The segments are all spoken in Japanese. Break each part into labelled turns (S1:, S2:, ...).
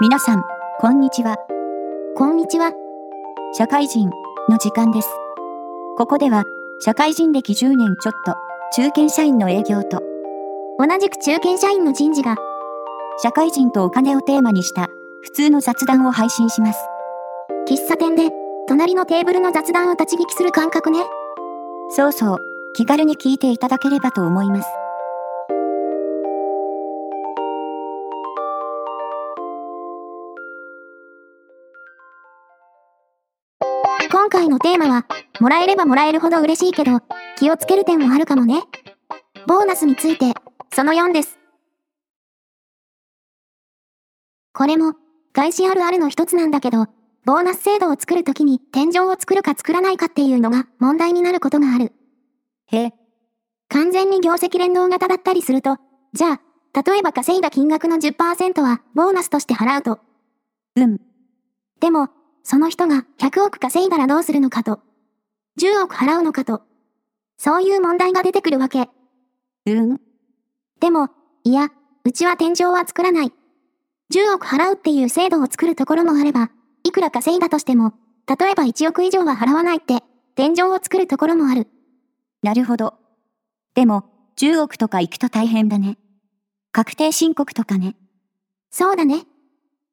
S1: 皆さん、こんにちは。
S2: こんにちは。
S1: 社会人の時間です。ここでは、社会人歴10年ちょっと、中堅社員の営業と、
S2: 同じく中堅社員の人事が、
S1: 社会人とお金をテーマにした、普通の雑談を配信します。
S2: 喫茶店で、隣のテーブルの雑談を立ち聞きする感覚ね。
S1: そうそう、気軽に聞いていただければと思います。
S2: 今回のテーマは、もらえればもらえるほど嬉しいけど、気をつける点もあるかもね。ボーナスについて、その4です。これも、外資あるあるの一つなんだけど、ボーナス制度を作るときに天井を作るか作らないかっていうのが問題になることがある。
S1: へえ、
S2: 完全に業績連動型だったりすると、じゃあ、例えば稼いだ金額の10%はボーナスとして払うと。
S1: うん、
S2: でも、その人が100億稼いだらどうするのかと。10億払うのかと。そういう問題が出てくるわけ。
S1: うん、
S2: でも、いや、うちは天井は作らない。10億払うっていう制度を作るところもあれば、いくら稼いだとしても、例えば1億以上は払わないって、天井を作るところもある。
S1: なるほど。でも、10億とか行くと大変だね。確定申告とかね。
S2: そうだね。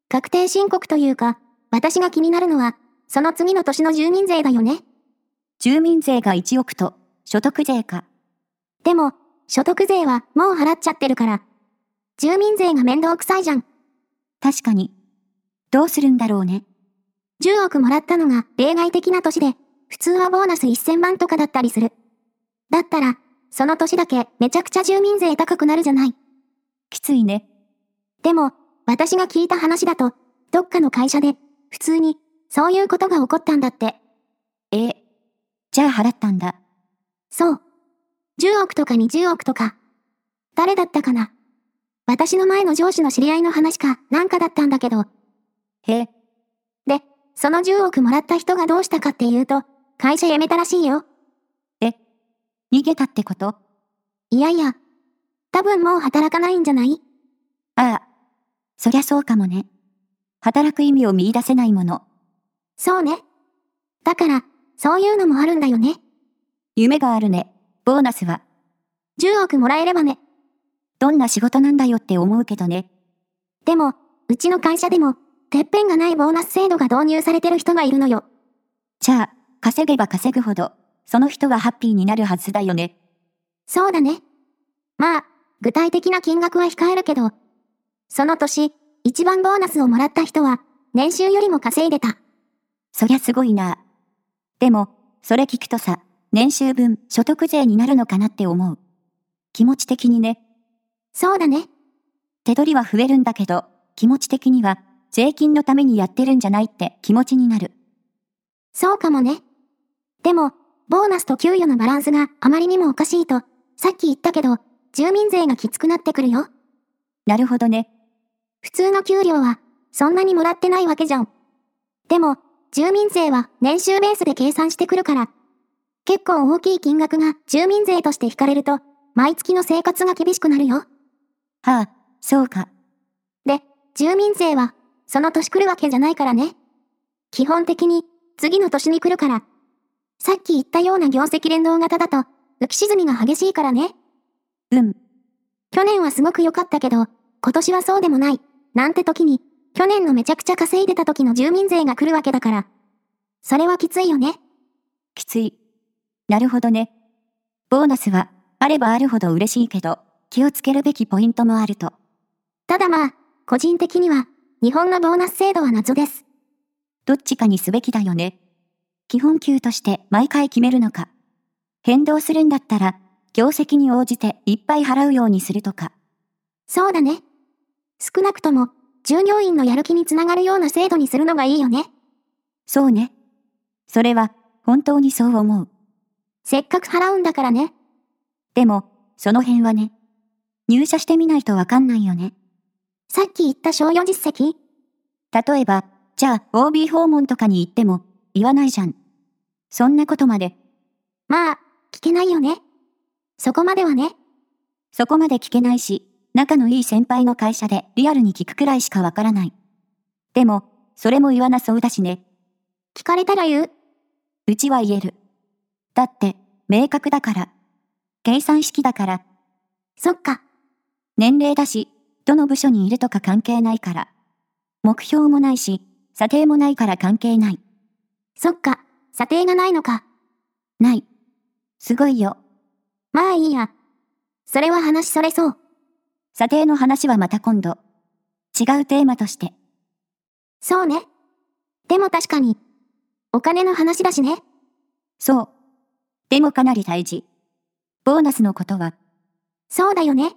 S2: 確定申告というか、私が気になるのは、その次の年の住民税だよね。
S1: 住民税が1億と、所得税か。
S2: でも、所得税はもう払っちゃってるから。住民税が面倒くさいじゃん。
S1: 確かに。どうするんだろうね。
S2: 10億もらったのが例外的な年で、普通はボーナス1000万とかだったりする。だったら、その年だけめちゃくちゃ住民税高くなるじゃない。
S1: きついね。
S2: でも、私が聞いた話だと、どっかの会社で、普通に、そういうことが起こったんだって。
S1: ええ。じゃあ払ったんだ。
S2: そう。10億とか20億とか。誰だったかな私の前の上司の知り合いの話かなんかだったんだけど、
S1: へえ、
S2: で、その10億もらった人がどうしたかっていうと、会社辞めたらしいよ。
S1: 逃げたってことあ
S2: いやいや。多分もう働かないんじゃない
S1: あ。そりゃそうかもね。働く意味を見出せないもの。
S2: そうね。だから、そういうのもあるんだよね。
S1: 夢があるね。ボーナスは。
S2: 10億もらえればね。
S1: どんな仕事なんだよって思うけどね。
S2: でも、うちの会社でも、てっぺんがないボーナス制度が導入されてる人がいるのよ。
S1: じゃあ、稼げば稼ぐほど、その人はハッピーになるはずだよね。
S2: そうだね。まあ、具体的な金額は控えるけど、その年、一番ボーナスをもらった人は、年収よりも稼いでた。
S1: そりゃすごいな。でも、それ聞くとさ、年収分所得税になるのかなって思う。気持ち的にね、
S2: そうだね。
S1: 手取りは増えるんだけど、気持ち的には、税金のためにやってるんじゃないって気持ちになる。
S2: そうかもね。でも、ボーナスと給与のバランスがあまりにもおかしいと、さっき言ったけど、住民税がきつくなってくるよ。
S1: なるほどね。
S2: 普通の給料は、そんなにもらってないわけじゃん。でも、住民税は年収ベースで計算してくるから、結構大きい金額が住民税として引かれると、毎月の生活が厳しくなるよ。
S1: はあ、そうか。
S2: で、住民税は、その年来るわけじゃないからね。基本的に、次の年に来るから。さっき言ったような業績連動型だと、浮き沈みが激しいからね。
S1: うん、
S2: 去年はすごく良かったけど、今年はそうでもない、なんて時に、去年のめちゃくちゃ稼いでた時の住民税が来るわけだから。それはきついよね。
S1: きつい。なるほどね。ボーナスは、あればあるほど嬉しいけど、気をつけるべきポイントもあると。
S2: ただまあ、個人的には、日本のボーナス制度は謎です。
S1: どっちかにすべきだよね。基本給として毎回決めるのか。変動するんだったら、業績に応じていっぱい払うようにするとか。
S2: そうだね。少なくとも、従業員のやる気につながるような制度にするのがいいよね。
S1: そうね。それは、本当にそう思う。
S2: せっかく払うんだからね。
S1: でも、その辺はね。入社してみないとわかんないよね。
S2: さっき言った賞与実績
S1: 例えば、じゃあ、OB 訪問とかに行っても、言わないじゃん。そんなことまで、
S2: まあ、聞けないよね。そこまではね。
S1: そこまで聞けないし、仲のいい先輩の会社でリアルに聞くくらいしかわからない。
S2: でも、それも言わなそうだしね。
S3: 聞かれたら言う
S2: うちは言える。だって、明確だから。計算式だから、
S3: そっか。
S2: 年齢だし、どの部署にいるとか関係ないから。目標もないし、査定もないから関係ない。
S3: そっか。査定がないのか。
S2: ない。すごいよ。
S3: まあいいや。それは話それそう。
S2: 査定の話はまた今度。違うテーマとして。
S3: そうね。でも確かに。お金の話だしね。
S2: そう。でもかなり大事。ボーナスのことは、
S3: そうだよね。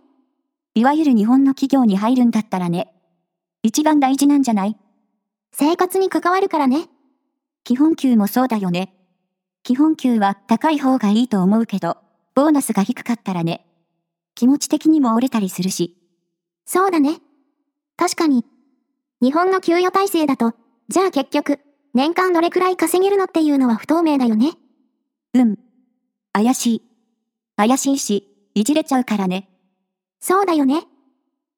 S2: いわゆる日本の企業に入るんだったらね。一番大事なんじゃない
S3: 生活に関わるからね。
S2: 基本給もそうだよね。基本給は高い方がいいと思うけど、ボーナスが低かったらね。気持ち的にも折れたりするし、
S3: そうだね。確かに。日本の給与体制だと、じゃあ結局、年間どれくらい稼げるのっていうのは不透明だよね。
S2: うん。怪しい。怪しいし、いじれちゃうからね。
S3: そうだよね。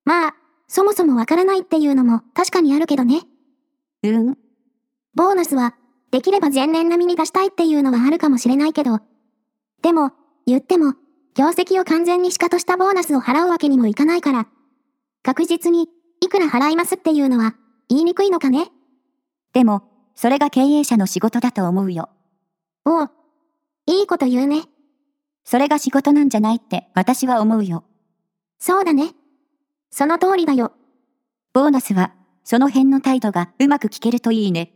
S3: まあ、そもそもわからないっていうのも確かにあるけどね。
S2: うん。
S3: ボーナスは、できれば前年並みに出したいっていうのはあるかもしれないけど。でも、言っても、業績を完全にシカとしたボーナスを払うわけにもいかないから。確実に、いくら払いますっていうのは、言いにくいのかね。
S2: でも、それが経営者の仕事だと思うよ。
S3: おう。いいこと言うね。
S2: それが仕事なんじゃないって私は思うよ。
S3: そうだね。その通りだよ。
S2: ボーナスは、その辺の態度がうまく聞けるといいね。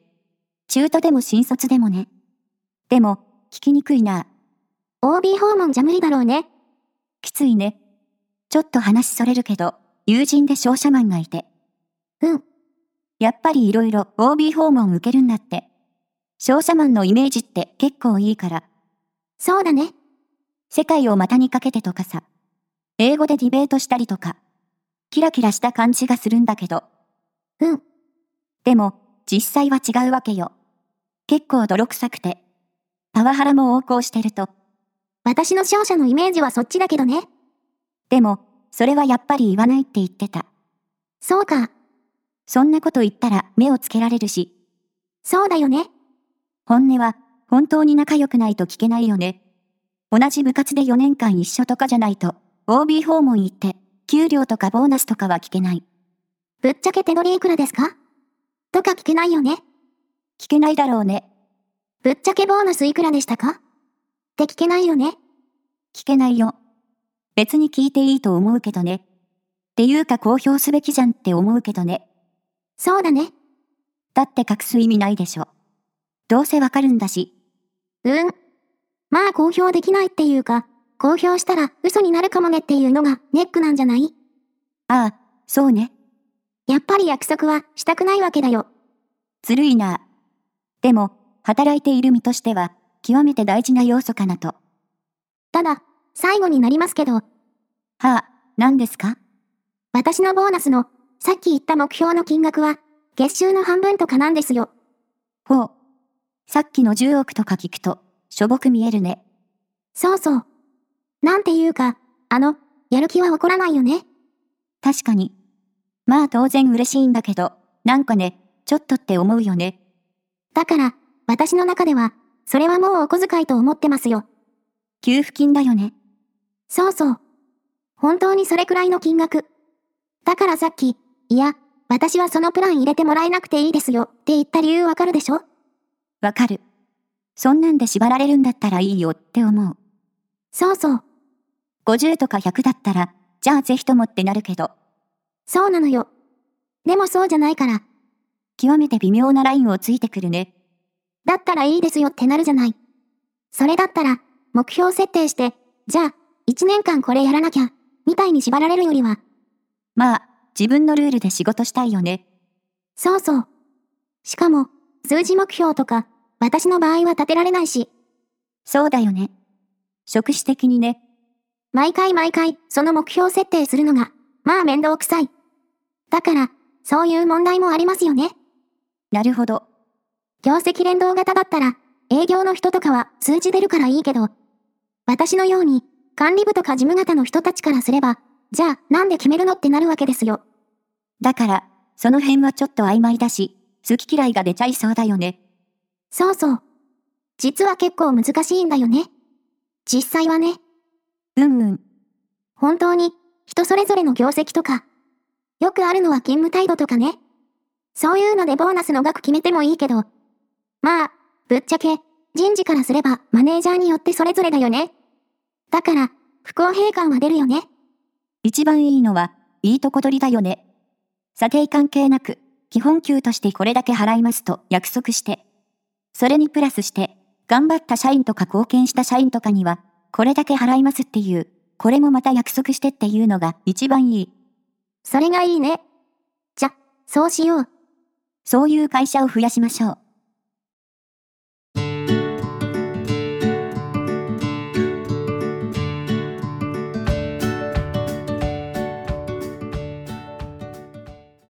S2: 中途でも新卒でもね。でも、聞きにくいな。
S3: OB 訪問じゃ無理だろうね。
S2: きついね。ちょっと話それるけど、友人で商社マンがいて。
S3: うん。
S2: やっぱりいろいろ OB 訪問受けるんだって。商社マンのイメージって結構いいから、
S3: そうだね。
S2: 世界を股にかけてとかさ。英語でディベートしたりとか。キラキラした感じがするんだけど。
S3: うん。
S2: でも、実際は違うわけよ。結構泥臭くて。パワハラも横行してると。
S3: 私の勝者のイメージはそっちだけどね。
S2: でも、それはやっぱり言わないって言ってた。
S3: そうか。
S2: そんなこと言ったら目をつけられるし、
S3: そうだよね。
S2: 本音は本当に仲良くないと聞けないよね。同じ部活で4年間一緒とかじゃないと、OB 訪問行って、給料とかボーナスとかは聞けない。
S3: ぶっちゃけ手取りいくらですかとか聞けないよね。
S2: 聞けないだろうね。
S3: ぶっちゃけボーナスいくらでしたかって聞けないよね。
S2: 聞けないよ。別に聞いていいと思うけどね。っていうか公表すべきじゃんって思うけどね。
S3: そうだね。
S2: だって隠す意味ないでしょ。どうせわかるんだし、
S3: うん。まあ公表できないっていうか、公表したら嘘になるかもねっていうのがネックなんじゃない
S2: ああ、そうね。
S3: やっぱり約束はしたくないわけだよ。
S2: ずるいな。でも、働いている身としては、極めて大事な要素かなと。
S3: ただ、最後になりますけど、
S2: はあ、何ですか
S3: 私のボーナスの、さっき言った目標の金額は、月収の半分とかなんですよ。
S2: ほう。さっきの10億とか聞くと、しょぼく見えるね。
S3: そうそう。なんていうか、あの、やる気は起こらないよね。
S2: 確かに。まあ当然嬉しいんだけど、なんかね、ちょっとって思うよね。
S3: だから、私の中では、それはもうお小遣いと思ってますよ。
S2: 給付金だよね。
S3: そうそう。本当にそれくらいの金額。だからさっき、いや、私はそのプラン入れてもらえなくていいですよって言った理由わかるでしょ
S2: わかる。そんなんで縛られるんだったらいいよって思う。
S3: そうそう。
S2: 50とか100だったら、じゃあぜひともってなるけど、
S3: そうなのよ。でもそうじゃないから、
S2: 極めて微妙なラインをついてくるね。
S3: だったらいいですよってなるじゃない。それだったら、目標設定して、じゃあ、1年間これやらなきゃ、みたいに縛られるよりは、
S2: まあ、自分のルールで仕事したいよね。
S3: そうそう。しかも、数字目標とか、私の場合は立てられないし、
S2: そうだよね。職種的にね。
S3: 毎回毎回、その目標設定するのが、まあ面倒くさい。だから、そういう問題もありますよね。
S2: なるほど。
S3: 業績連動型だったら、営業の人とかは数字出るからいいけど、私のように、管理部とか事務方の人たちからすれば、じゃあ、なんで決めるのってなるわけですよ。
S2: だから、その辺はちょっと曖昧だし、好き嫌いが出ちゃいそうだよね。
S3: そうそう。実は結構難しいんだよね。実際はね、
S2: うんうん。
S3: 本当に人それぞれの業績とか、よくあるのは勤務態度とかね。そういうのでボーナスの額決めてもいいけど、まあ、ぶっちゃけ、人事からすればマネージャーによってそれぞれだよね。だから、不公平感は出るよね。
S2: 一番いいのは、いいとこ取りだよね。査定関係なく、基本給としてこれだけ払いますと約束して。それにプラスして、頑張った社員とか貢献した社員とかには、これだけ払いますっていう、これもまた約束してっていうのが一番いい。
S3: それがいいね。じゃ、そうしよう。
S2: そういう会社を増やしましょう。